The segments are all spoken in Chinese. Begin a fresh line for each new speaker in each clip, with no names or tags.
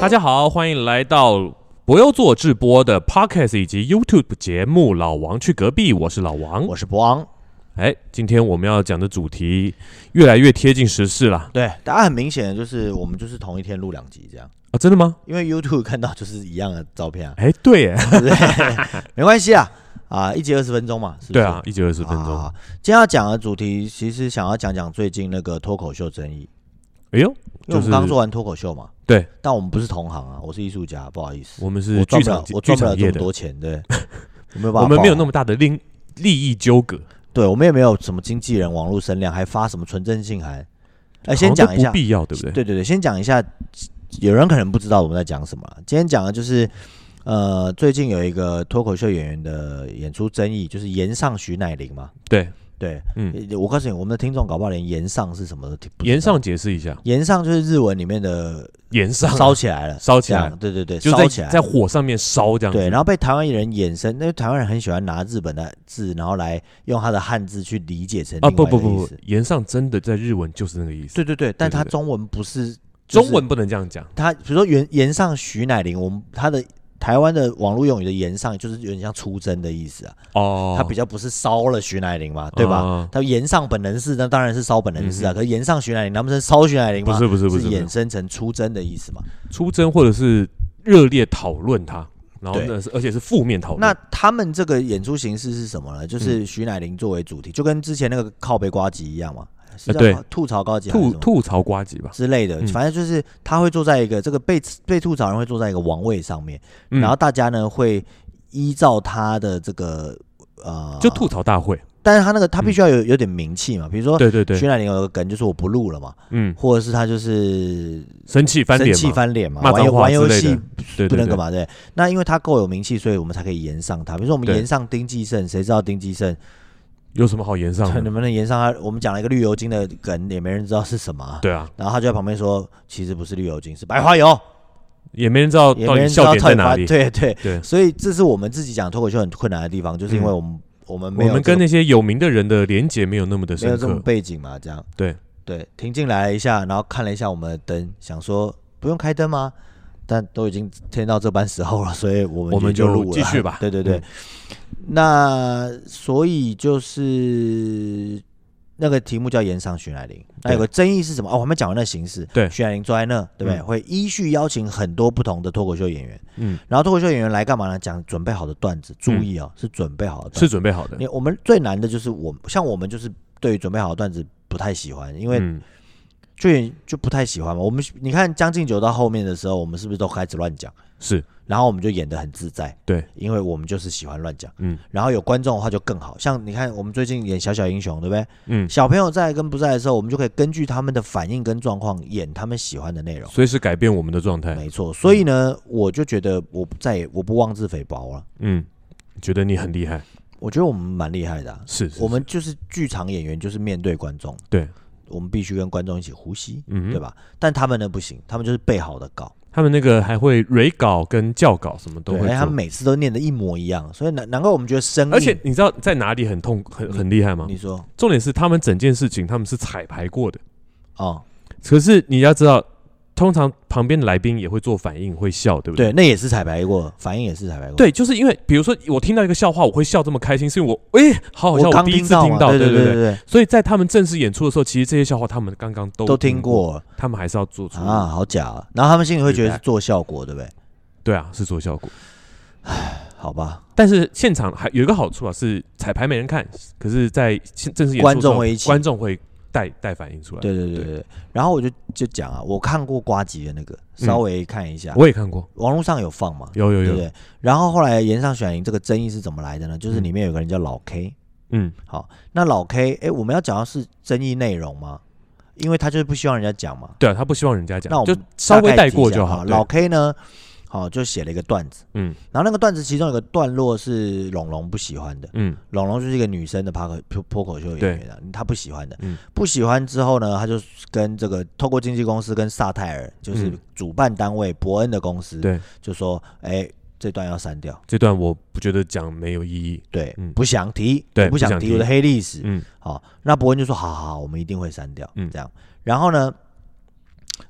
大家好，欢迎来到不用做直播的 Podcast 以及 YouTube 节目《老王去隔壁》，我是老王。
我是博昂。
哎，今天我们要讲的主题越来越贴近时事啦。
对，大家很明显就是我们就是同一天录两集这样，
啊，真的吗？，
因为 YouTube 看到就是一样的照片啊
哎，对耶，
对不对？ 没关系啊，啊，一集二十分钟嘛，是不是？
对啊，一集二十分钟。
啊，今天要讲的主题其实想要讲讲最近那个脱口秀争议，
哎呦，
因为我
就是
们刚做完脱口秀嘛，
对，
但我们不是同行啊，我是艺术家，不好意思，
我们
我
是
赚
剧
不
场
了，我
剧
赚不
场
了这
业
么
的，
多钱，对，我没有办法， 啊
我们没有那么大的利利益纠葛。
对我们也没有什么经纪人、网络声量，还发什么纯正信函。哎，先
好像都
讲一下
不，必要，对不对？
对对对，先讲一下，有人可能不知道我们在讲什么啊。今天讲的就是，呃，最近有一个脱口秀演员的演出争议，就是延上徐乃麟嘛。
对，
对，
嗯，
呃我告诉你，我们的听众搞不好连延上是什么都听不知道
延上解释一下，
延上就是日文里面的
延上啊
烧起来了，
烧起
这
来
样，对对对，
就
烧
在
起来
在火上面烧这样子。
对，然后被台湾人衍生，因为台湾人很喜欢拿日本的字，然后来用他的汉字去理解成
啊，
另
不
外一
不
个
不
意
不
思。，
延上真的在日文就是那个意思，
对对对，但
对
他
对
中文不是
中文不能这样讲。
他比如说原言上徐乃麟，我们他的台湾的网络用语的言上，就是有点像出征的意思啊。
哦，
他比较不是烧了徐乃麟嘛，对吧？
啊
他言上本能是，那当然是烧本能是啊。
嗯哼
可是言上徐乃麟，他们是烧徐乃麟
不
嘛？
是不是不是，不是
衍生成出征的意思嘛？
出征或者是热烈讨论它，然后呢是而且是负面讨论。
那他们这个演出形式是什么呢？
嗯
就是徐乃麟作为主题，就跟之前那个靠背瓜吉一样嘛，是叫
呃对
吐槽瓜吉还是
吐
什么
吐槽瓜吉吧，
之类的
嗯，
反正就是他会坐在一个这个被被吐槽人会坐在一个王位上面。
嗯
然后大家呢会依照他的这个呃，
就吐，槽大会，
但是他那个他必须要有有点名气嘛，比如说
对对对
徐，乃麟有个梗就是我不录了嘛，
嗯，
或者是他就是
生气翻
生
脸
气
嘛，
翻脸嘛，
骂
玩游
脏话
玩
之
游
类的
戏，
对
不
对
能干
对，
嘛对？那因为他够有名气，所以我们才可以延上他。比如说我们
对
延上丁继胜，谁知道丁继胜
有什么好延 上
能
的？
不能延上他？我们讲了一个绿油精的梗，也没人知道是什么啊。
对啊，
然后他就在旁边说，其实不是绿油精，是白花油，
也没人知道
也
到
没
底
人知
笑
道
点
到
在
底
哪
发
里。
对对
对，嗯
所以这是我们自己讲脱口秀很困难的地方，就是因为我们、我们
我
没有、
们
这个
跟那些有名的人的连结没有那么的
没有
深
这种
刻，
背景嘛，这样
对
对，停进来一下，然后看了一下我们的灯，想说不用开灯吗？但都已经天到这般时候了，所以我们
我们
就
就
录了
继续吧
对对对，
嗯
那所以就是那个题目叫“延上徐乃麟”，那有个争议是什么？哦，我还没讲完那形式。
对
徐乃麟坐在那，对不对？
嗯
会依序邀请很多不同的脱口秀演员，
嗯，
然后脱口秀演员来干嘛呢？讲准备好的段子，注意哦，是准备好的段子。
是准备好的
你，我们最难的就是我，像我们就是对于准备好的段子不太喜欢，因为
嗯
就也就不太喜欢嘛。我们你看《将进酒》到后面的时候，我们是不是都开始乱讲？
是
然后我们就演得很自在，
对，
因为我们就是喜欢乱讲。
嗯
然后有观众的话就更好，像你看我们最近演《小小英雄》，对不对？
嗯，
小朋友在跟不在的时候，我们就可以根据他们的反应跟状况演他们喜欢的内容。
随时改变我们的状态。
没错，所以呢，我就觉得我再也我不妄自菲薄了。
嗯，觉得你很厉害，
我觉得我们蛮厉害的啊、
是是
我们就是剧场演员，就是面对观众。
对，
我们必须跟观众一起呼吸，
嗯哼
对吧？但他们呢不行，他们就是背好的稿，
他们那个还会蕊稿跟校稿什么都
对，
会
而且他
做
们。每次都念的一模一样，所以难难怪我们觉得生硬。
而且你嗯知道在哪里很痛很很厉害吗？
你说
重点是他们整件事情他们是彩排过的，
哦，
可是你要知道，通常旁边的来宾也会做反应，会笑，对不对？
对，那也是彩排过，反应也是彩排过。，
对，就是因为比如说我听到一个笑话，我会笑这么开心，是因为我哎、好好笑，
我
我
刚
第一次
到
听
嘛，
到，
对
对
对
对。
对，
所以在他们正式演出的时候，其实这些笑话他们刚刚都
都
听
听，过
他们还是要做出
啊，好假啊。然后他们心里会觉得是
feedback
做效果，对不对？
对啊，是做效果。
好吧，
但是现场还有一个好处啊，是彩排没人看，可是在现正式演出的时候
观众会一起
观众会带带反应出来。
对对对对对。然后我就就讲啊，我看过瓜吉的那个，稍微看一下，
嗯我也看过，
网络上有放嘛，
有有
对
有，
不对？然后后来岩上选赢这个争议是怎么来的呢？就是里面有个人叫老 K，
嗯，
好，那老 K，哎、我们要讲的是争议内容吗？因为他就是不希望人家讲嘛，
对啊，他不希望人家讲，
那我
就
们
稍微
大概
带
提一
过
下
就
好。
好。对
老 K 呢，好就写了一个段子，
嗯
然后那个段子其中有个段落是龙龙不喜欢的，
嗯
龙龙就是一个女生的趴口脱脱口秀演员啊，她不喜欢的，
嗯
不喜欢之后呢，她就跟这个透过经纪公司跟萨泰尔，就是
嗯
主办单位伯恩的公司，
对，
就说，哎、这段要删掉，
这段我不觉得讲没有意义。
对，
嗯
不想提，
对
我不
不
想
想
提
提
我的黑历史。
嗯
好，那伯恩就说：“好好好，我们一定会删掉。”
嗯
这样。然后呢，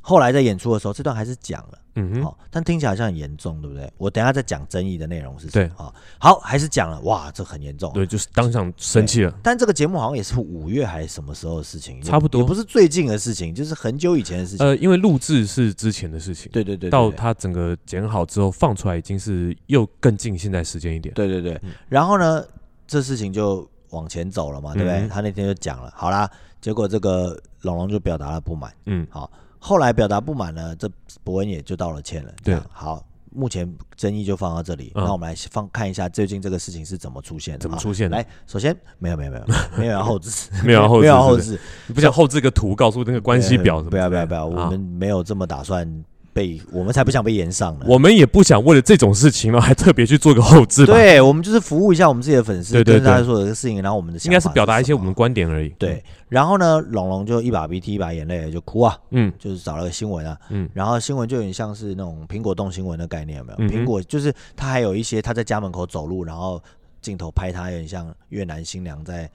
后来在演出的时候，这段还是讲了，
嗯
好、
哼，
但听起来好像很严重，对不对？我等一下再讲争议的内容是什
对
么。好，好，还是讲了，哇，这很严重。啊
对，就是当场生气了，
但这个节目好像也是五月还是什么时候的事情，
差不多
也不是最近的事情，就是很久以前的事情。
呃，因为录制是之前的事情，
对对对对
到
对
它整个剪好之后放出来，已经是又更近现在时间一点。
对对对
嗯，
然后呢，这事情就往前走了嘛，对不对？
嗯
他那天就讲了，好啦，结果这个龙龙就表达了不满，
嗯，
好，后来表达不满呢，这伯恩也就道了歉了，
对
这样，好。目前争议就放到这里，
嗯
那我们来放看一下最近这个事情是怎么出现的。
怎么
好
出现的
来，首先没有没有没有没有要后置，
没有要啊后
没
置
有
是
要后
不是
置
你不想后置个图告诉那个关系表什么之
不
类
要
的？
不要不要，我
啊
们没有这么打算被，我们才不想被延上呢。
我们也不想为了这种事情，然后还特别去做个后置吧。，
对，我们就是服务一下我们自己的粉丝，
对对
跟大家
对
说的事情，然后我们的
应该
想
是
法
表达一些
什
我
么
们观点而已。
对，然后呢，龙龙就一把鼻涕一把眼泪就哭啊，
嗯，
就是找了个新闻啊，
嗯
然后新闻就有点像是那种苹果动新闻的概念，有没有？
嗯哼
苹果就是他还有一些他在家门口走路，然后镜头拍他，有点像越南新娘在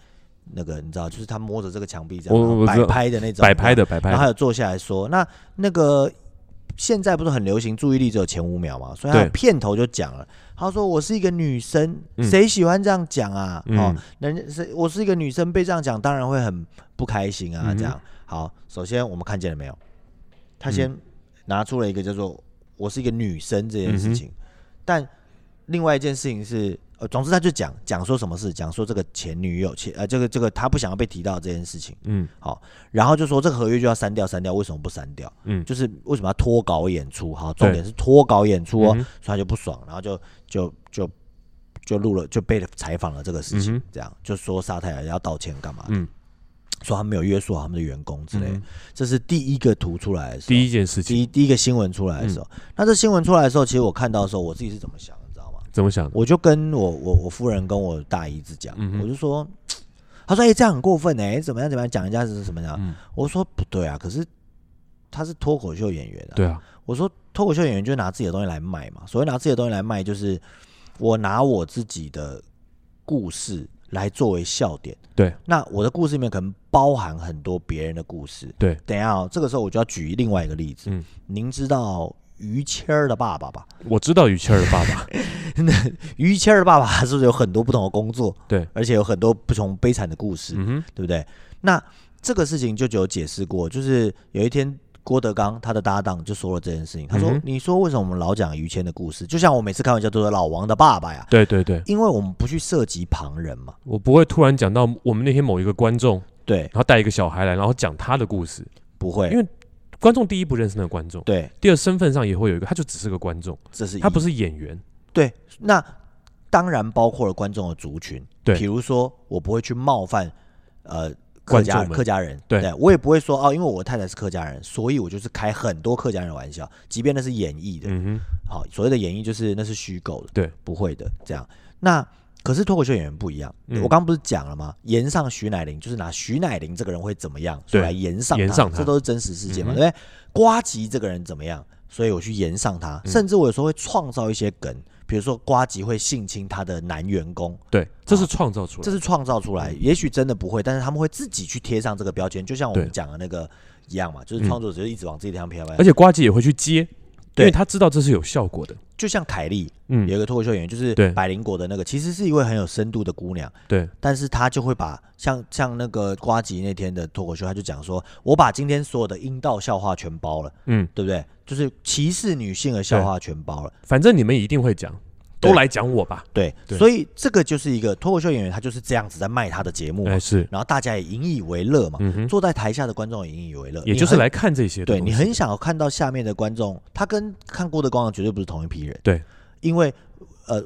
那个，你知道，就是他摸着这个墙壁这样
我
然后
我知
摆
道
拍的那种，
摆拍的摆拍
然
的
后还，有坐下来说，那那个现在不是很流行注意力只有前五秒嘛，所以他
对
片头就讲了，他说我是一个女生，
嗯
谁喜欢这样讲啊？哦
嗯，
人家是我是一个女生被这样讲，当然会很不开心啊。
嗯哼
这样好，首先我们看见了没有？他
嗯
先拿出了一个叫做“我是一个女生”这件事情，
嗯
但另外一件事情是，呃，总之他就讲讲说什么事，讲说这个前女友前呃这个这个他不想要被提到这件事情。
嗯
好，然后就说这个合约就要删掉，删掉，为什么不删掉？
嗯，
就是为什么要脱稿演出？好，
对
重点是脱稿演出哦，
嗯哼
所以他就不爽，然后就就就就录了，就被采访了这个事情，
嗯哼
这样就说沙泰尔要道歉干嘛的？
嗯
说他没有约束好他们的员工之类的，
嗯
这是第一个图出来的时候，
第一件事
第
情
一第一个新闻出来的时候，
嗯
那这新闻出来的时候，其实我看到的时候，我自己是怎么想的，你知道吗？
怎么想的？
我就跟我我我夫人跟我大姨子讲，
嗯哼
我就说，她说哎、这样很过分哎、怎么样怎么样讲人家是什么样？
嗯
我说不对啊，可是他是脱口秀演员啊，
对啊，
我说脱口秀演员就拿自己的东西来卖嘛，所谓拿自己的东西来卖，就是我拿我自己的故事来作为笑点。
对，
那我的故事里面可能包含很多别人的故事。
对，
等一下、哦，这个时候我就要举另外一个例子。
嗯，
您知道于谦儿的爸爸吧？
我知道于谦儿的爸爸，
于谦儿的爸 爸是不是有很多不同的工作？
对，
而且有很多不同悲惨的故事，
嗯哼，
对不对？那这个事情就只有解释过，就是有一天郭德纲他的搭档就说了这件事情，他说：“
嗯哼
你说为什么我们老讲于谦的故事？就像我每次开玩笑都说老王的爸爸呀，
对对对，
因为我们不去涉及旁人嘛。
我不会突然讲到我们那天某一个观众，
对，
然后带一个小孩来，然后讲他的故事，
不会，
因为观众第一不认识那个观众，
对，
第二身份上也会有一个，他就只是个观众，
这是
他不
是
是演员，
对。那当然包括了观众的族群，
对
比如说我不会去冒犯，呃。”客
观
家
众们
客家人，
对
我也不会说哦，因为我太太是客家人，所以我就是开很多客家人的玩笑，即便那是演绎的，
嗯哼，
好，所谓的演绎就是那是虚构的，
对，
不会的这样。那可是脱口秀演员不一样，
嗯
我刚不是讲了吗？延上徐乃麟就是拿徐乃麟这个人会怎么样，所
对
以来延上
延上他
这都是真实事件嘛，
嗯哼
对不对？瓜吉这个人怎么样，所以我去延上他，
嗯
甚至我有时候会创造一些梗，比如说瓜吉会性侵他的男员工，
对，嗯这是创造出来
啊这
的，
是创造出来，也许真的不会，但是他们会自己去贴上这个标签，就像我们
对
讲的那个一样嘛，就是创作者就一直往自己脸上贴标签
而且瓜姐也会去接，因
对
为他知道这是有效果的，
就像凯莉，
嗯
有一个脱口秀演员，就是
对
百灵果的那个，其实是一位很有深度的姑娘，
对，
但是她就会把像像那个瓜吉那天的脱口秀，她就讲说，我把今天所有的阴道笑话全包了，
嗯，
对不对？就是歧视女性的笑话全包了，
反正你们一定会讲，
对
都来讲我吧，
对，
对
所以这个就是一个脱口秀演员，他就是这样子在卖他的节目嘛，
哎是，
然后大家也引以为乐嘛，
嗯哼，
坐在台下的观众也引以为乐，
也
你
就是
很
来看这些的
对
东
你
西，
很想要看到下面的观众，他跟看郭德纲的绝对不是同一批人。
对，
因为呃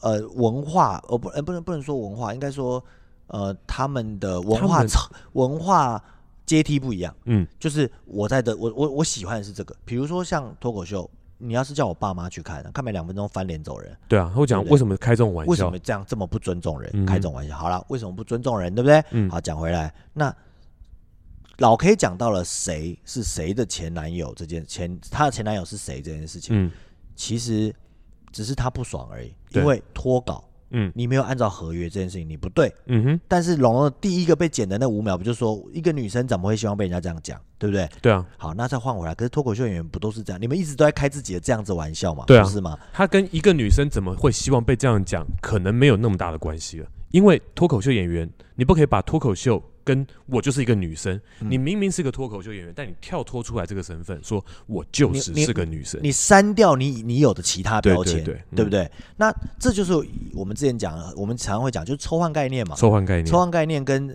呃文化，呃不呃不能不能说文化，应该说呃他们的文
他
化
们
层文化阶梯不一样。
嗯
就是我在的我我我喜欢的是这个，比如说像脱口秀，你要是叫我爸妈去看，看没两分钟翻脸走人，
对啊，他会讲
对不对
为什么开这种玩
为什
笑
么，这样这么不尊重人，
嗯哼
开这种玩笑？好了，为什么不尊重人，对不对？
嗯
好，讲回来，那老 K 讲到了谁是谁的前男友这件前他的前男友是谁这件事情，
嗯
其实只是他不爽而已，
对
因为脱稿，
嗯
你没有按照合约这件事情，你不对。
嗯哼，
但是龙龙的第一个被剪的那五秒，不就说一个女生怎么会希望被人家这样讲，对不对？
对啊，
好，那再换回来，可是脱口秀演员不都是这样？你们一直都在开自己的这样子玩笑嘛，
对啊
不是吗？
他跟一个女生怎么会希望被这样讲，可能没有那么大的关系了，因为脱口秀演员，你不可以把脱口秀跟我就是一个女生，你明明是个脱口秀演员，但你跳脱出来这个身份，说我就是
你你
是个女生，
你删掉你你有的其他标签，
对对对嗯
不对？那这就是我们之前讲的，我们常会讲，就是抽换概念嘛。
抽换概念
抽，换概念跟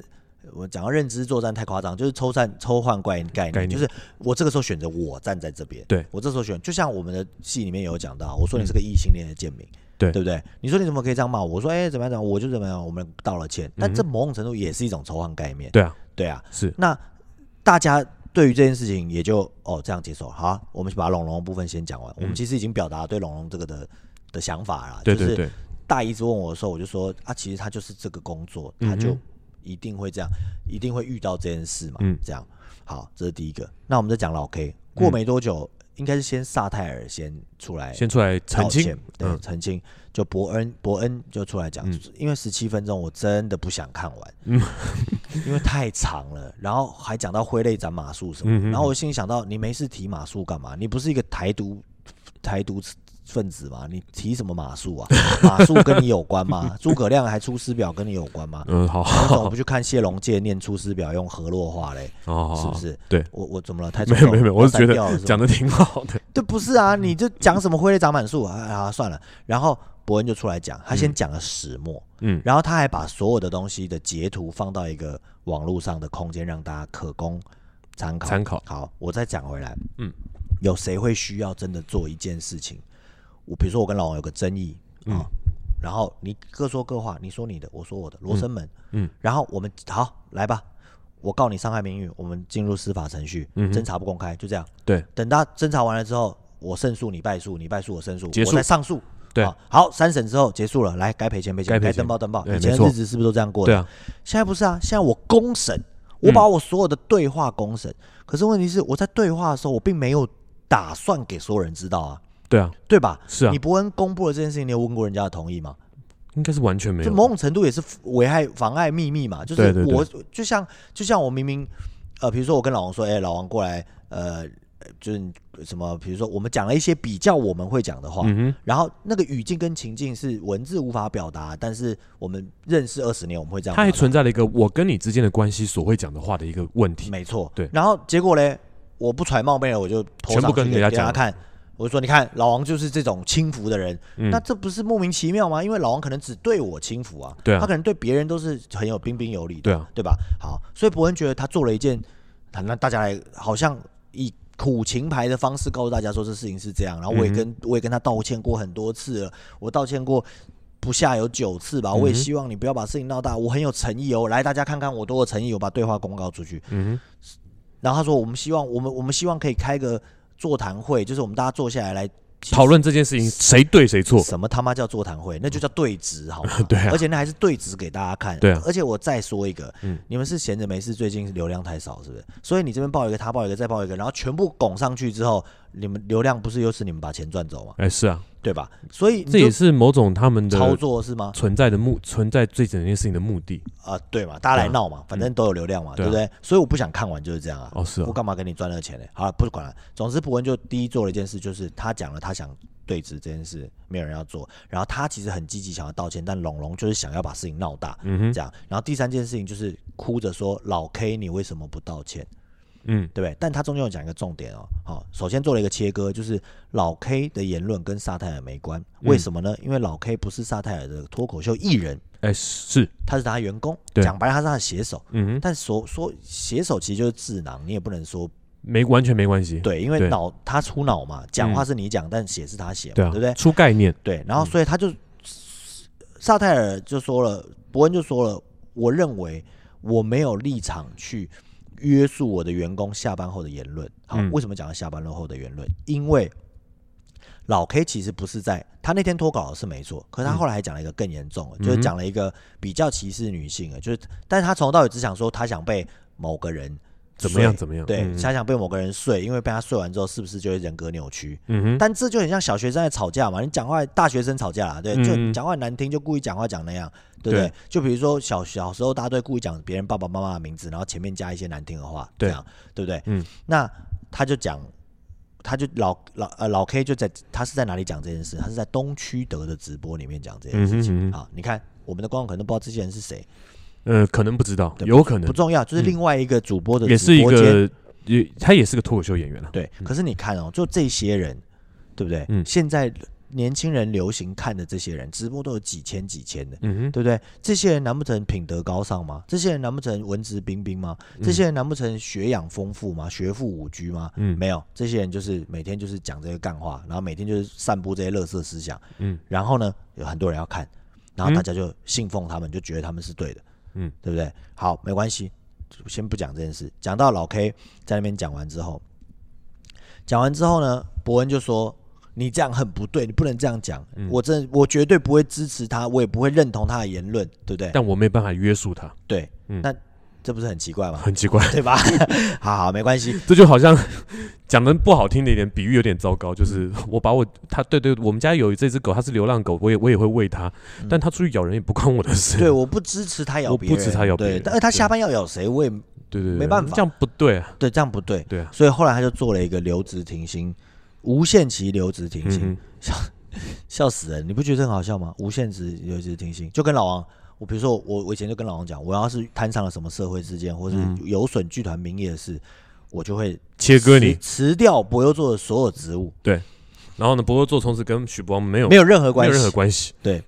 呃我讲到认知作战太夸张，就是抽战抽换概概念，
概念
就是我这个时候选择我站在这边，
对
我这时候选，就像我们的戏里面有讲到，我说你是个异性恋的贱民。
嗯对
对不对？你说你怎么可以这样骂我？我说哎，怎么样怎么样，我就怎么样，我们道了歉。但这某种程度也是一种抽换概念，
嗯对啊，
对啊。
是
那大家对于这件事情也就哦这样接受。好啊，我们把龙龙的部分先讲完。我们其实已经表达对龙龙这个的的想法啦，
嗯对
就
对
是
对，
大姨子问我的时候，我就说啊，其实他就是这个工作，他就一定会这样，一定会遇到这件事嘛。
嗯
这样好，这是第一个。那我们再讲老 K，过没多久，应该是先萨泰尔先出来
先出来
道
澄
歉
清，
对，
嗯
澄清。就伯恩，伯恩就出来讲，因为十七分钟我真的不想看完，
嗯
因为太长了，然后还讲到挥泪斩马谡什么，
嗯嗯嗯
然后我心里想到，你没事提马谡干嘛？你不是一个台独台独分子吗？你提什么马谡啊？马谡跟你有关吗？ 诸葛亮还出师表跟你有关吗？
嗯，好
你
好
怎么
好
不去看谢龙介念《出师表》用河洛话嘞？
好，
是
好
不是？
对，
我我怎么了？太
哦没有没有没有，我是觉得
讲。
讲的挺好的，
这不是
嗯
啊，你就讲什么挥泪长满树啊啊，算了。然后伯恩就出来讲，他先讲了始末，
嗯
然后他还把所有的东西的截图放到一个网络上的空间，让大家可供参考。
参考
好，我再讲回来，
嗯，
有谁会需要真的做一件事情？我比如说我跟老王有个争议
嗯
啊。然后你各说各话，你说你的，我说我的，罗生门。
嗯
然后我们好来吧，我告你伤害名誉，我们进入司法程序，
嗯哼
侦查不公开，就这样。
对，
等到侦查完了之后，我胜诉，你败诉，你败诉，我胜诉，
结束
我再上诉。
对
啊好，三审之后结束了，来该赔钱赔钱，
该赔
该
钱
登报登报。
对
以前
没
的
错
日子是不是都这样过的？
对啊，嗯
现在不是啊，现在我公审，我把我所有的对话公审。可是问题是，我在对话的时候，我并没有打算给所有人知道啊，
对啊，
对吧？
是啊
你，伯恩公布了这件事情，你有问过人家的同意吗？
应该是完全没
这
有，
某种程度也是危害妨碍秘密嘛，就是
对对对
我就像就像我明明呃，比如说我跟老王说，哎、老王过来，呃，就是你什么，比如说我们讲了一些比较我们会讲的话，
嗯哼，
然后那个语境跟情境是文字无法表达，但是我们认识二十年，我们会这样
它
表达，
还存在了一个我跟你之间的关系所会讲的话的一个问题，
没错，
对
然后结果嘞，我不揣冒昧了，我就投
全部
上去
跟
给
人家
给大家
讲
看。我就说，你看老王就是这种轻浮的人，
嗯
那这不是莫名其妙吗？因为老王可能只对我轻浮啊，
对啊
他可能对别人都是很有彬彬有礼的，
对啊，
对吧？好，所以伯恩觉得他做了一件，啊那大家来好像以苦情牌的方式告诉大家说这事情是这样，然后我也跟、我也跟他道歉过很多次了，我道歉过不下有九次
嗯
吧，我也希望你不要把事情闹大，我很有诚意哦，来大家看看我多有诚意，我把对话公告出去。
嗯
然后他说我们希望我们我们希望可以开个座谈会，就是我们大家坐下来来
哼，讨论这件事情谁对谁错，
什么他妈叫座谈会？那就叫对质，好吗？
对啊
而且那还是对质给大家看。
对啊
而且我再说一个，
嗯
你们是闲着没事，最近流量太少，是不是？所以你这边报一个，他报一个，再报一个，然后全部拱上去之后，你们流量不是又是你们把钱赚走吗？
哎，是啊，
对吧？所以
这也
你就是
某种他们的
操作啊是吗？
存在的目存在这整件事情的目的。
啊、对嘛，大家来闹嘛，反正都有流量嘛，
对
对
啊
不对？所以我不想看完就是这样啊。
哦，是啊
我，干嘛给你赚那个钱呢？好了，不管了。总之，伯恩就第一做了一件事，就是他讲了他想对峙这件事，没有人要做。然后他其实很积极想要道歉，但龙龙就是想要把事情闹大，
嗯哼，
这样。然后第三件事情就是哭着说：“老 K，你为什么不道歉？”
嗯，
对不对？但他中间有讲一个重点哦，好、首先做了一个切割，就是老 K 的言论跟萨泰尔没关，
嗯
为什么呢？因为老 K 不是萨泰尔的脱口秀艺人，
哎，是，
他是他员工，
对
讲白了他是他的写手。
嗯哼，
但所说写手其实就是智囊，你也不能说
没完全没关系。
对，因为
对嗯
脑他出脑嘛，讲话是你讲，但写是他写嘛，
对啊，
不对？
出概念，
对，然后所以他就萨泰尔就说了，伯恩就说了，我认为我没有立场去约束我的员工下班后的言论。好，
嗯
为什么讲到下班后的言论？因为老 K 其实不是在他那天脱稿是没错，可是他后来还讲了一个更严重的，
嗯
就是讲了一个比较歧视女性的，就是但是他从头到尾只想说他想被某个人
怎么样
睡
怎么样，
对，
嗯
想想被某个人睡，因为被他睡完之后，是不是就会人格扭曲？
嗯哼，
但这就很像小学生在吵架嘛，你讲话大学生吵架啦，对，
嗯
就讲话难听，就故意讲话讲那样，对不对？
对
就比如说小小时候，大家都会故意讲别人爸爸妈妈的名字，然后前面加一些难听的话，
对
这样对不对？
嗯，
那他就讲，他就老老呃老 K 就在他是在哪里讲这件事？他是在东区德的直播里面讲这件
嗯
事
哼
情。啊
嗯哼，
好，你看我们的观众可能都不知道这些人是谁，
呃，可能不知道，
对
有可
不
能
重要，就是另外一个主播的
嗯也是
直
一
播间
个，也他也是个脱口秀演员了，啊
对，可是你看哦，就这些人，对不对？
嗯
现在年轻人流行看的这些人，直播都有几千几千的，
嗯哼，
对不对？这些人难不成品德高尚吗？这些人难不成文质彬彬吗？这些人难不成学养丰富吗？学富五车吗？
嗯
没有，这些人就是每天就是讲这些干话，然后每天就是散布这些垃圾思想，
嗯，
然后呢，有很多人要看，然后
嗯
大家就信奉他们，就觉得他们是对的，
嗯，
对不对？好，没关系，先不讲这件事。讲到老 K 在那边讲完之后，讲完之后呢，伯恩就说：“你这样很不对，你不能这样讲。
嗯
我真的我绝对不会支持他，我也不会认同他的言论，对不对？
但我没办法约束他，
对，
嗯
那这不是很奇怪吗？
很奇怪，
对吧？ 好好，没关系，
这就好像 讲的不好听的一点，比喻有点糟糕，就是 我把我他对对，我们家有这只狗，它是流浪狗，我也我也会喂它，但它出去咬人也不关我的事，
嗯对，我不支持他咬
我
别人，
不支持他咬别
对
人
但是他
对
下班要咬谁，我也
对对对，
没办法
这样不对啊，
对，这样不对。
对啊，
所以后来他就做了一个留职停薪，无限期留职停
嗯
薪，
哼，
笑死人！你不觉得很好笑吗？无限制留职停薪，就跟老王，我比如说我我以前就跟老王讲，我要是摊上了什么社会事件，或是有损剧团名誉的事，我就会
嗯切割你
辞，辞掉博优做的所有职务，
然后呢，不过做从此跟许博没有
没有任何
没
关
有
系，
任何关系，
对，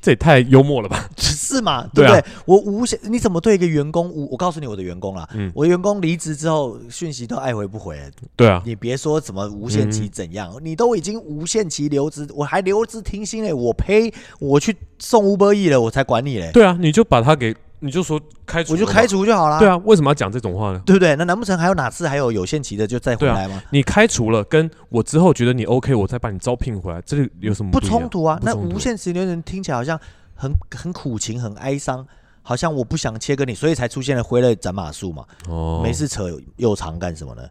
这也太幽默了 吧？
是嘛？对
对
不
啊
对？我无限，你怎么对一个员工无？我告诉你，我的员工啦，
嗯
我的员工离职之后，讯息都爱回不回了，
对啊，
你别说什么无限期怎
嗯
样，你都已经无限期留职，我还留职停薪嘞，我呸！我去送五百亿了，我才管你嘞，
对啊，你就把他给，你就说开除，
我就开。除就好啦，
对啊，为什么要讲这种话呢？
对不对？那难不成还有哪次还有有限期的就再回
对啊
来吗？
你开除了，跟我之后觉得你 OK，我再把你招聘回来，这里有什么
不
一样
冲突啊，
不
那
冲突
无限期留人听起来好像很很苦情，很哀伤。好像我不想切割你，所以才出现了挥泪斩马术嘛。
哦，
没事扯又长干什么呢？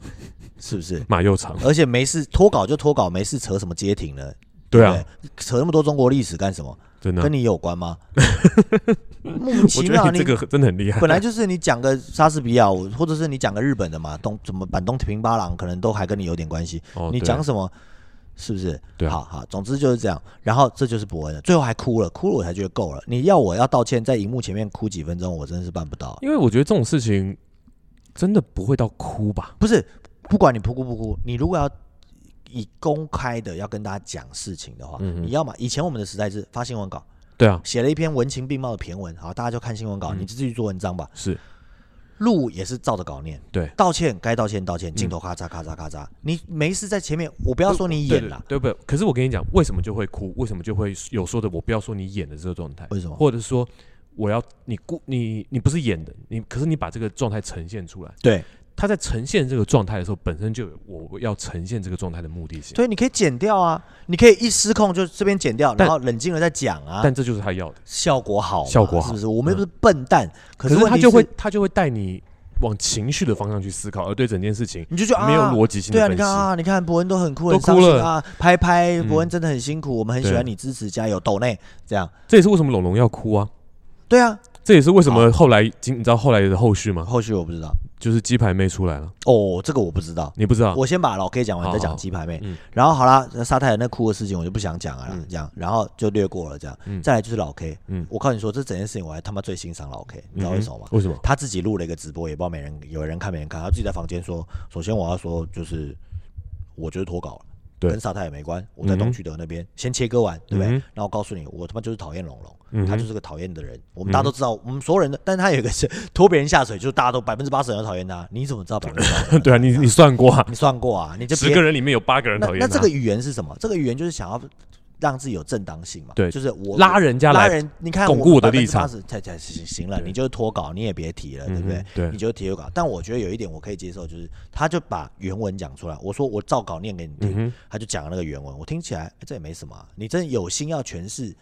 是不是？
马又长，
而且没事脱稿就脱稿，没事扯什么街亭呢？
对
对不
啊
对，，扯那么多中国历史干什么？
真的啊
跟，你有 关吗？莫名
我
其
觉
妙，啊
得你
你
这个很真的很厉害。哦
本来就是你讲个莎士比亚，我或者是你讲个日本的嘛，东什么板东平八郎，可能都还跟你有点关系。
哦
你
对
讲什么？是不是？
对啊
好好，总之就是这样。然后这就是伯恩了，最后还哭了，哭了我才觉得够了。你要我要道歉，在荧幕前面哭几分钟，我真的是办不到。
因为我觉得这种事情真的不会到哭吧？
不是，不管你哭哭不哭，你如果要以公开的要跟大家讲事情的话，
嗯哼
你要嘛以前我们的时代是发新闻稿，
对啊，
写了一篇文情并茂的骈文，好，大家就看新闻稿，
嗯
你自己做文章吧。
是
路也是照着稿念，
对，嗯
道歉该道歉道歉，镜头咔嚓咔嚓咔嚓，你没事在前面，我不要说你
对
演
对
了，
对不？可是我跟你讲，为什么就会哭？为什么就会有说的我不要说你演的这个状态？
为什么？
或者说我要你故你你不是演的，你可是你把这个状态呈现出来。
对，
他在呈现这个状态的时候，本身就有我要呈现这个状态的目的性，
所以你可以剪掉啊，你可以一失控就这边剪掉，
但
然后冷静了再讲啊，
但这就是他要的。
效果好嘛，
效果好
是不是？我们又不是笨蛋，可是问
他
题
就是会他就会带你往情绪的方向去思考，而对整件事情
你就觉得啊
没有逻辑性
对
的
啊，
分
你
析
看。啊，你看伯恩都很酷，
都
很伤
哭
心
了
啊，拍拍
嗯
伯恩真的很辛苦，我们很喜
对
欢你支持加油，抖内这样，
这也是为什么龙龙要哭啊。
对啊，
这也是为什么后来，今你知道后来的后续吗？
后续我不知道
就是鸡排妹出来了，
哦，这个我不知道，
你不知道？
我先把老 K 讲完，
好
再讲
啊好
鸡排妹
嗯。
然后好啦，沙太尔那哭的事情我就不想讲了啦
嗯，
这样，然后就略过了这样
嗯。
再来就是老 K，
嗯
我告诉你说，这整件事情我还他妈最欣赏老 K，
嗯
你知道
哼
为什么吗？
为什么？
他自己录了一个直播，也不知道没人有人看没人看，他自己在房间说，首先我要说就是我就是脱稿了。
对嗯
跟沙太也没关，我在东区德那边、先切割完，对不对？
嗯哼
然后告诉你，我他妈就是讨厌龙龙，
嗯哼
他就是个讨厌的人。我们大家都知道，我们所有人的，但是他有一个是拖别人下水，就是大家都百分之八十人都讨厌他。你怎么知道百分之八十？
对啊，你你算过啊？
你算过啊？你这
十
别
个人里面有八个人
那
讨厌
那
他
这个语言是什么？这个语言就是想要让自己有正当性嘛？
对
就是我
拉人家
拉
来，
人，你看
巩固我的
百分
立
之
场
80%才才行行了，
对
你就是脱稿，你也别提了，对不对
嗯？对
你就提脱稿。但我觉得有一点我可以接受，就是他就把原文讲出来，我说我照稿念给你听，
嗯哼
他就讲了那个原文，我听起来、哎这也没什么啊、你真的有心要诠释，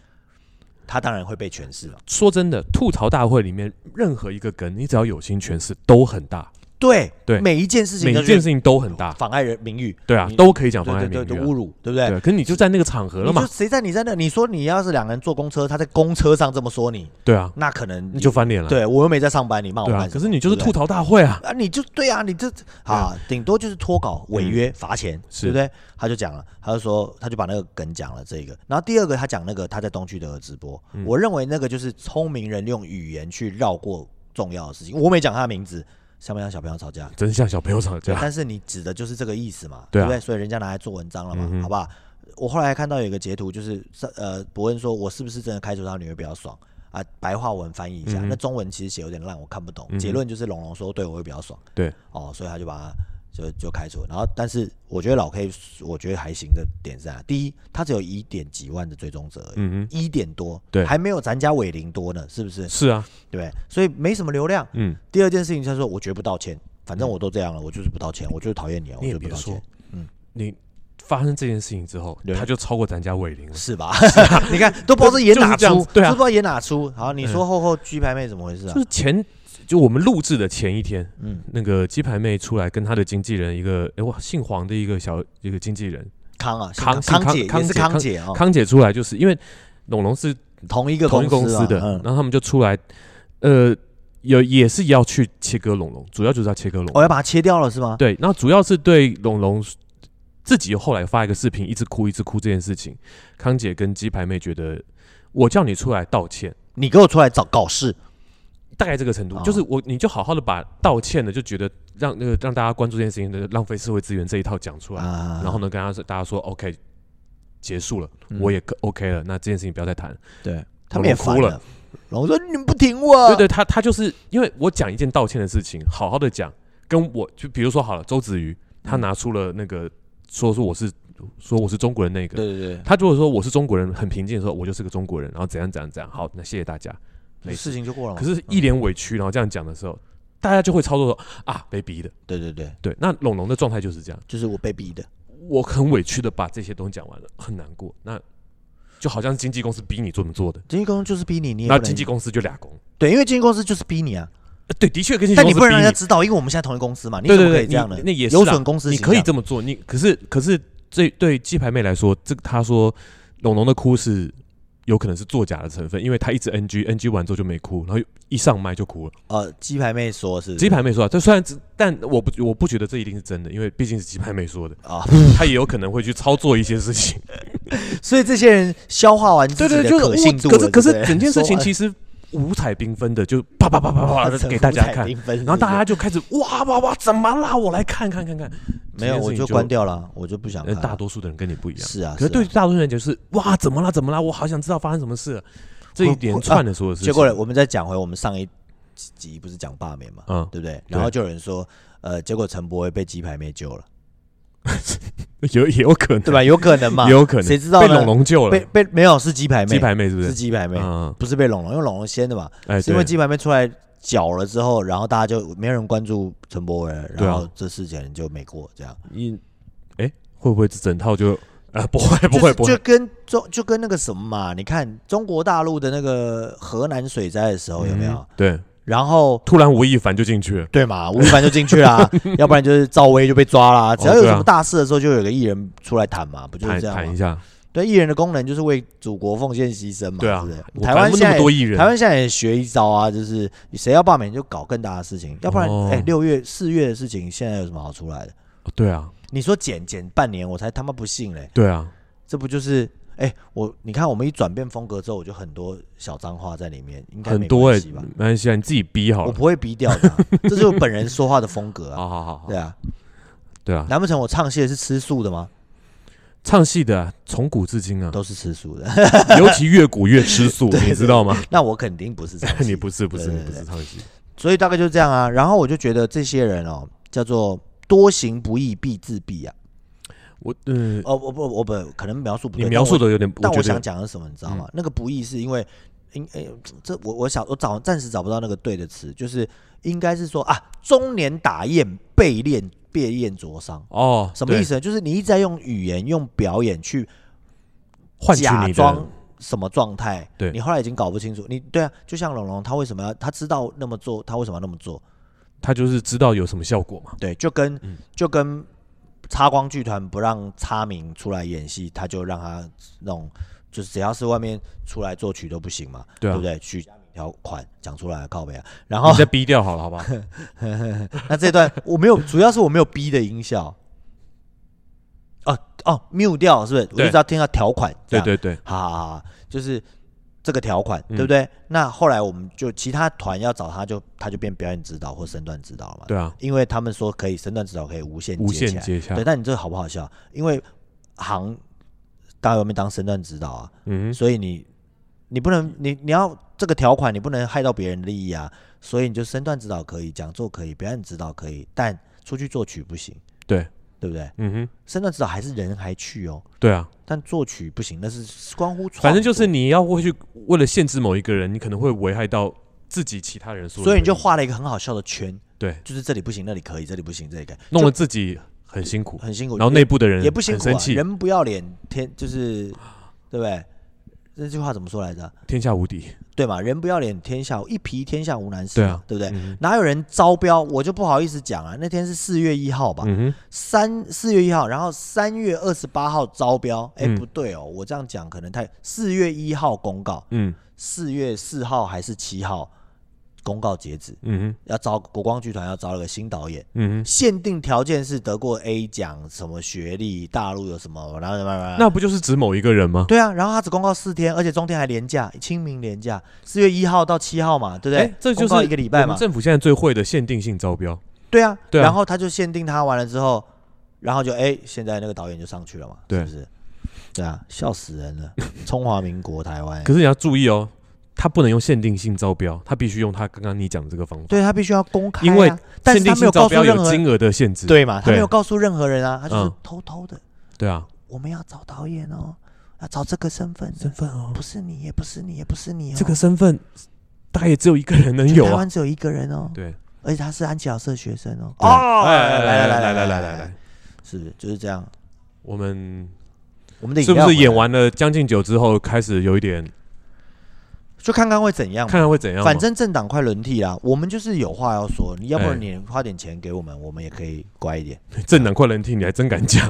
他当然会被诠释了。
说真的，吐槽大会里面任何一个梗，你只要有心诠释，都很大。
对
对
每一件事情
每
都
一
觉
件
得
事情都很大，
妨碍人名誉，
对啊
你，
都可以讲妨碍
对
名
对对，
誉
侮
啊。
辱，对不对？
对，可是你就在那个场合了
你就
嘛，
谁在你在那？你说你要是两个人坐公车，他在公车上这么说你，
对啊，
那可能
你就翻脸了。
对我又没在上班，你骂我
对
干
啊
什，么
可是你就是
对
吐
不对
槽大会啊，
啊，你就对啊，你这啊，嗯顶多就是脱稿、违约、罚钱，
是
对不对？他就讲了，他就说，他就把那个梗讲了这个。然后第二个，他讲那个他在东区的直播，我认为那个就是聪明人用语言去绕过重要的事情。我没讲他的名字，上面让小朋友吵架，
真像小朋友吵
对，
架。
但是你指的就是这个意思嘛，
啊对啊嗯
不对？所以人家拿来做文章了嘛，好不好？我后来还看到有一个截图，就是呃，伯恩说我是不是真的开除他女儿比较爽啊？白话文翻译一下，
嗯
那中文其实写有点烂，我看不懂。结论就是龙龙说对我会比较爽，
对，
哦，所以他就把他就就开除了。然后，但是我觉得老 K，我觉得还行的点是啊，第一，他只有一点几万的追踪者而已，
嗯
一点多，
对
还没有咱家伟林多呢，是不是
哼，？是啊，
对，所以没什么流量。
嗯，
第二件事情，他说我绝不道歉，反正我都这样了，我就是不道歉，我就是讨厌你啊，我
你也
就不
别
道
说
歉，，
嗯，你发生这件事情之后，
对
他就超过咱家伟林了。
是吧？ 你看都不知道是演
就
哪
是这样
出
子，对啊嗯
都不知道演哪出。好，你说后后居牌妹怎么回事啊
就？是前就我们录制的前一天，
嗯
那个鸡排妹出来跟她的经纪人一个，哎、哇，姓黄的一个小一个经纪人
康啊，姓
康姓
康
康
姐
康
也是
姐
康
康
姐啊，
康姐出来，就是因为龙龙是
同一个
同一公司
嘛
的，
嗯，
然后他们就出来，呃，有也是要去切割龙龙，主要就是要切割龙龙。
我哦要把它切掉了是吗？
对，然后主要是对龙龙自己后来发一个视频，一直哭一直哭这件事情，康姐跟鸡排妹觉得我叫你出来道歉，
你给我出来找搞事，
大概这个程度，
哦
就是我你就好好的把道歉的就觉得让那个让大家关注这件事情的浪费社会资源这一套讲出来，
啊
然后呢跟大家说大家说 OK 结束了，
嗯
我也可 OK 了，那这件事情不要再谈。
对他们也
龙龙
烦
哭了
了。龙说：“你们不听我。”
对对，他他就是因为我讲一件道歉的事情，好好的讲，跟我就比如说好了，周子瑜他拿出了那个说说我是说我是中国人那个，
对对
他如果说我是中国人，很平静的时候，我就是个中国人，然后怎样怎样怎样，好，那谢谢大家。
对，
没
事情就过了嘛。嗯
可是，一脸委屈，然后这样讲的时候，大家就会操作说啊，被逼的。
对对对，
对，那龙龙的状态就是这样，
就是我被逼的。
我很委屈的把这些东西讲完了，很难过。那就好像经纪公司逼你这么做的，
经纪公司就是逼你，你也
那
不能
经纪公司就俩工。
对，因为经纪公司就是逼你啊。
呃对，的确跟经纪
但
公
你
司逼
不能让人家知道，因为我们现在同一公司嘛，你
对
怎么
对对，
可以这样呢？
你那也是
有
啦
损公司
你
形象。
可以这么做，你可是可是这对鸡排妹来说，这她说龙龙的哭是有可能是作假的成分，因为她一直 NG NG 完之后就没哭，然后一上麦就哭了。
呃，鸡排妹说是
鸡排妹说啊，这虽然只但我不我不觉得这一定是真的，因为毕竟是鸡排妹说的，
啊，
她也有可能会去操作一些事情。
所以这些人消化完自
对
己
对，
的
就是
可信度
我
了，
可是可是整件事情
实
其实五彩缤纷的，就啪啪啪啪啪的给大家 看。然后大家就开始哇哇哇，怎么啦？我来看看看看。
没有，
这件事
我
情
就
就
关掉了，我就不想
呃，
看了。
大多数的人跟你不一样。
是啊，
可是
啊
对大多数人就是哇，怎么了？怎么了？我好想知道发生什么事了。这一连串的所有事情，
啊结果呢，我们再讲回我们上一集不是讲罢免嘛，
嗯
对不对？然后就有人说，呃，结果陈柏惟被鸡排妹救 了，
有也有可能，
对吧？有可能嘛，
也有可能，
谁知道
被
呢
龙龙救了
被，被没有是鸡排妹，
鸡排妹是不
是
是？
鸡排妹，
嗯，
不是被龙龙，因为龙龙先的嘛，
哎，
是因为
对，
鸡排妹出来搅了之后，然后大家就没有人关注陈柏惟了，
对
然
啊
后这事情就没过，这样
你哎，会不会这整套就啊？不会，不会，不
就是
会
就，跟中就跟那个什么嘛，你看中国大陆的那个河南水灾的时候有没有？
嗯？对，
然后
突然吴亦凡就进去了，
对嘛，吴亦凡就进去 啦，要不然就是赵薇就被抓啦。只要有
对啊
什么大事的时候，就有个艺人出来谈嘛，不就是
谈
这样
谈一
吗？
下，
对，艺人的功能就是为祖国奉献牺牲嘛，
对啊
是不是，
我
台湾
反正
现
那么
在
多艺人
台，湾现在也学一招啊，就是谁要罢免就搞更大的事情，要不然
哦
哎，六月四月的事情现在有什么好出来的？
哦对啊，
你说减减半年，我才他妈不信嘞！
对啊，
这不就是哎、我你看我们一转变风格之后，我就很多小脏话在里面，应该
很
没
多哎
关系，吧？
没关系啊，你自己逼好
我
了。
不会逼掉 的啊、这就是我本人说话的风格啊。
好好好， 好
对啊，
对啊，
难不成我唱戏的是吃素的吗？
唱戏的啊从古至今啊，
都是吃素的，
尤其越古越吃素，你知道吗？
那我肯定不是唱戏
你不是不是
对对
你不是
对
唱戏，
所以大概就这样啊。然后我就觉得这些人哦，叫做多行不义必自毙啊。
我嗯，
哦，我不，我不可能描述不对，
你描述
的，
的有点，
但
觉
我想
得嗯
讲的是什么，你知道吗？那个不义是因为，应哎、这我我想我找暂时找不到那个对的词，就是应该是说啊，中年打雁被练被雁灼伤，
哦，
什么意
对？
思呢？就是你一直在用语言、用表演去
换取
假
你
装
的
什么状态，
对
你后来已经搞不清楚。你对啊，就像龙龙，他为什么要他知道那么做，他为什么要那么做？
他就是知道有什么效果嘛。
对，就跟、
嗯
就跟插光剧团不让插明出来演戏，他就让他那种就是只要是外面出来作曲都不行嘛，
对啊
不对？许家明条款讲出来靠背啊，然
你
后
再逼掉好了，好不好？
那这段我没有，主要是我没有逼的音效。哦哦，mute 掉是不是？我就
对
只要听到条款，这
对
样
对对，
好好好好，就是这个条款，
嗯
对不对？那后来我们就其他团要找他就，他就变表演指导或身段指导了嘛。
对啊，
因为他们说可以身段指导可以无限
无
接起
限
来。
接洽
对，，但你这个好不好笑？因为行大外面当身段指导啊，
嗯哼，
所以你你不能你你要这个条款，你不能害到别人的利益啊。所以你就身段指导可以，讲座可以，表演指导可以，但出去作曲不行，
对，
对不对？
嗯哼，
身段指导还是人还去哦，
对啊，
但作曲不行，那是关乎
反正就
创作
是你要会去为了限制某一个人，你可能会危害到自己其他人所有
所
的利
以
益，
你就画了一个很好笑的圈，
对，
就是这里不行，那里可以，这里不行，这里可以，
弄得自己很辛苦，
很辛苦。
然后内部的人
也不辛
很
苦、啊
生，气，
人不要脸，天就是对不对？这句话怎么说来着？
天下无敌，
对嘛？人不要脸，天下一皮天下无难事
对
嘛，
啊
对不对？
嗯
哪有人招标？我就不好意思讲啊。那天是四月一号吧
哼，，嗯哼，
三四月一号，然后三月二十八号招标。哎，
嗯
不对哦，我这样讲可能太。四月一号公告，
嗯
四月四号还是七号公告截止，
嗯哼，
要招国光剧团要招了个新导演，
嗯哼，
限定条件是得过 A 奖，什么学历，大陆有什么，然后然后然后
那不就是指某一个人吗？
对啊，然后他只公告四天，而且中间还连假，清明连假，四月一号到七号嘛，对不对？
哎这就
公告
是
一个礼拜
我
嘛
们。政府现在最会的限定性招标，
对啊，
对啊
然后他就限定他完了之后，然后就哎，现在那个导演就上去了嘛，
对
是不是？对啊，笑死人了！中华民国台湾，
可是你要注意哦，他不能用限定性招标，他必须用他刚刚你讲的这个方法，
对他必须要公开、啊，
因为
但
限
是他
定
没
性
有
招
告诉
标
任
有
何人，
金额的限制，
对嘛？他
对
没有告诉任何人啊，他就是
嗯
偷偷的。
对啊，
我们要找导演哦，要找这个身份的，
身份哦，
不是你，也不是你，也不是你、哦，
这个身份大概也只有一个人能
全
有
台
啊，
湾只有一个人哦，
对，哎
而且他是安琪老师的学生哦。
对啊
来来来
来
来
来
来
来来，，
是不是就是这样？
我们
我们的饮
是不
料
是
回来嗯
演完了《将进酒》之后，开始有一点
就看看会怎样嘛？
看看会怎样嘛？
反正政党快轮替啦，我们就是有话要说。你要不
哎
然你花点钱给我们，我们也可以乖一点。
政党快轮替，你还真敢讲？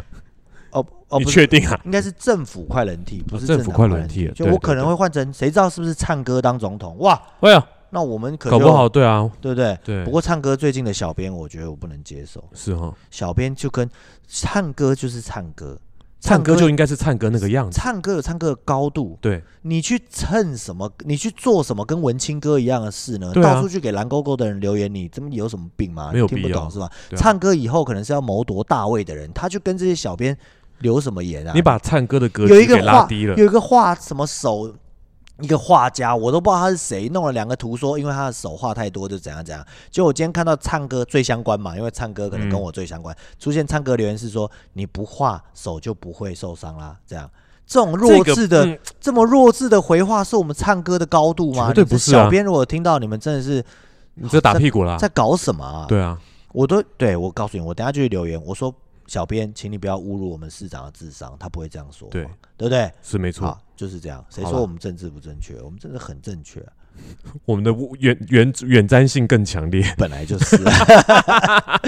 哦哦，
你
不是，
确定啊？哦
应该是政府快轮替，不是
政
政
府
党
快
轮
轮替了
就
对
我
对
可能
对
会换成，谁知道是不是唱歌当总统？哇，
哎呀，
那我们可
搞不
就
好对啊，
对不对？
对，
不过唱歌最近的小编，我觉得我不能接受。
是哈，
小编就跟唱歌就是唱歌，
唱歌就应该是唱歌那个样子，
唱歌有唱歌的高度，
对，
你去蹭什么？你去做什么跟文青哥一样的事呢？
对啊
到处去给蓝勾勾的人留言，你这么有什么病吗？
没有
你听不
必要
懂是吧？
对啊
唱歌以后可能是要谋夺大位的人，他就跟这些小编留什么言啊？
你把唱歌的格
有一
局
个
给拉
画
低了，
有一个画什么手，一个画家，我都不知道他是谁，弄了两个图说因为他的手画太多就怎样怎样。结果我今天看到唱歌最相关嘛，因为唱歌可能跟我最相关，出现唱歌留言是说你不画手就不会受伤啦，这样。这种弱
这个
智的、
嗯
这么弱智的回话是我们唱歌的高度吗？
绝对
你这
不是啊
小编如果听到你们真的是
你这打屁股啦
在，搞什么啊？
对啊，
我都对我告诉你，我等下就去留言，我说小编，请你不要侮辱我们市长的智商，他不会这样说话，
对
对不对？
是没错
好，，就是这样。谁
好
说
吧
我们政治不正确？我们政治很正 确啊、
我们的远远远瞻性更强烈，
本来就是啊，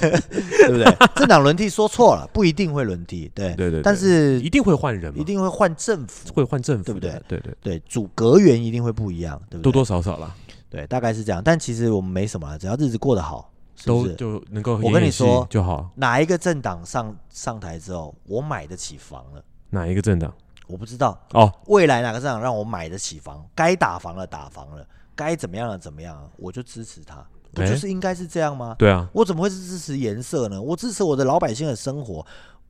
对不对？政党轮替说错了，不一定会轮替，对
对对对
但是
一定会换人嘛，
一定会换政府，
会换政府，
对不对？
对对，
对，组阁员一定会不一样，对不
多
对？
多少少啦，
对，大概是这样。但其实我们没什么啊了，只要日子过得好，是不
都
是？
就能够
我跟
演演
你
戏
说
就好，
哪一个政党上上台之后，我买得起房了？
哪一个政党？
我不知道，
哦，
未来哪个市场让我买得起房，该打房了打房了，该怎么样了怎么样了，我就支持他，不
哎
就是应该是这样吗？
对啊，
我怎么会是支持颜色呢？我支持我的老百姓的生活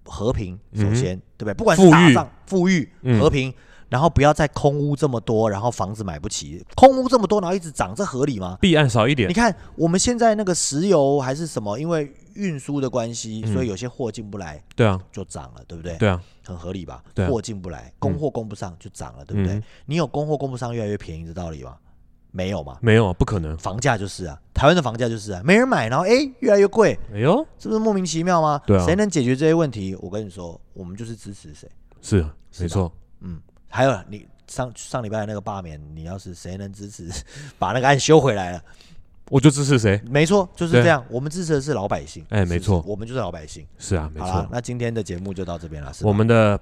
和平，首先、对不对？不管是
嗯富
打
裕
仗、富裕、
嗯
和平，然后不要再空屋这么多，然后房子买不起，空屋这么多，然后一直涨，这合理吗？
弊案少一点
你，看我们现在那个石油还是什么，因为运输的关系，所以有些货进不来
对啊，
就涨了，对不对？
嗯对啊，
很合理吧？
对啊
货进不来，供货供不上就涨了，对不对？
嗯
你有供货供不上越来越便宜的道理吗？没有嘛，
没有啊，不可能，
房价就是啊，台湾的房价就是啊，没人买，然后哎越来越贵，
哎呦，
是不是莫名其妙吗？
对啊
谁能解决这些问题？我跟你说，我们就是支持谁。
是
是
没
吧
错，
还有 你上上礼拜那个罢免，你要是谁能支持把那个案修回来了，
我就支持谁？
没错，就是
对
这样。我们支持的是老百姓，
哎
是不
没
是
错
我们就是老百姓。
是啊，没
好
错
啦，。那今天的节目就到这边了，是吧
我们的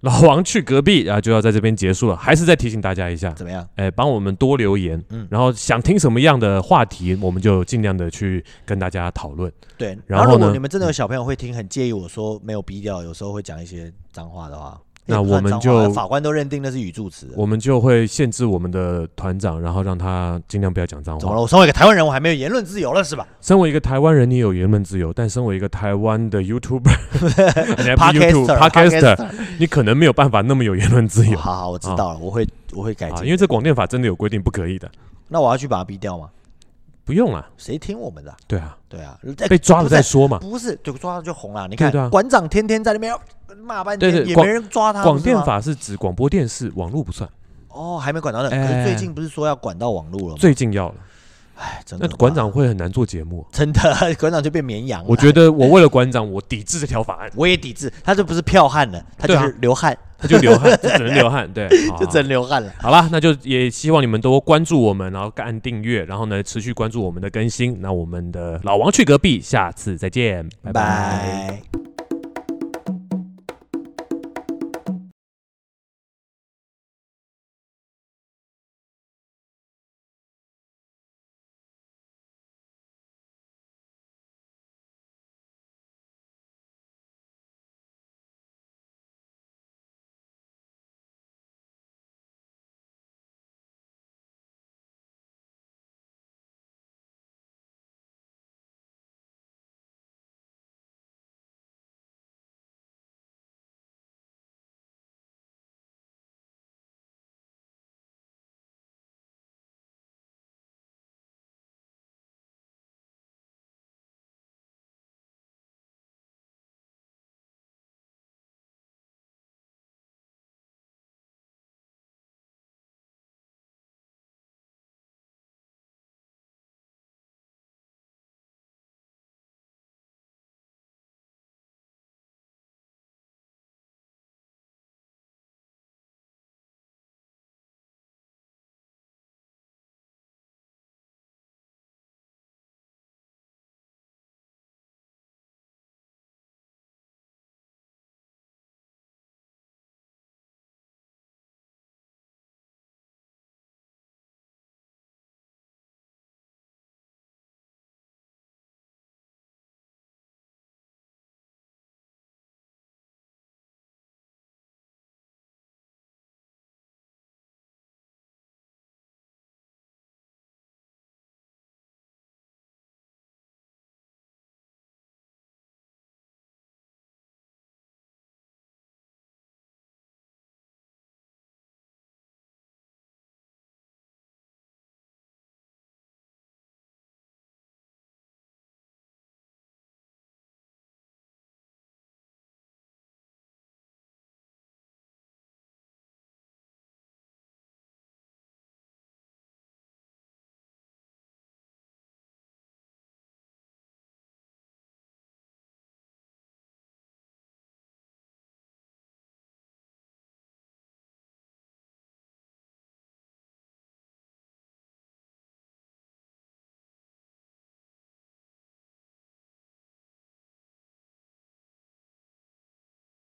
老王去隔壁啊，就要在这边结束了。还是再提醒大家一下，
怎么样？
哎，帮我们多留言，
嗯
然后想听什么样的话题，我们就尽量的去跟大家讨论。
对，
然后
如果
呢
你们真的有小朋友会听，很介意我说没有逼调，有时候会讲一些脏话的话，
那
也不
我
算
们
脏话
就
法官都认定那是语助词。
我们就会限制我们的团长，然后让他尽量不要讲脏
怎么了？
话。
我身为一个台湾人，我还没有言论自由了是吧
身为一个台湾人，你有言论自由，但身为一个台湾的 YouTuber，你还 不是 YouTube Podcaster，
Podcaster
你可能没有办法那么有言论自由
好好，我知道了，我会我会改
啊，
进。
因为这广电法真的有规定不可以的。
那我要去把它逼掉吗？
不用啦，
谁听我们的啊？
对啊，
对啊，哎
被抓了再说嘛。
不是，对，抓到就红了。你看
对啊，
馆长天天在那边骂半
对
天，
对
也
广
没人抓他。
广
不是
电
吗
法是指广播电视，网络不算。
哦，还没管到那，
哎
可是最近不是说要管到网络了吗？
最近要了，
哎，哦真
那
的，哦
馆长会很难做节目。
真的 馆长就变绵羊了。
我觉得我为了馆长，我抵制这条法案，
我也抵制，他就不是票汉了，他
对
就
啊
是流汗，
他就 流汗，就只能流汗，对，好
就
好
真流汗了。
好啦，那就也希望你们多关注我们，然后按订阅，然后呢持续关注我们的更新。那我们的老王去隔壁，下次再见，拜拜
拜。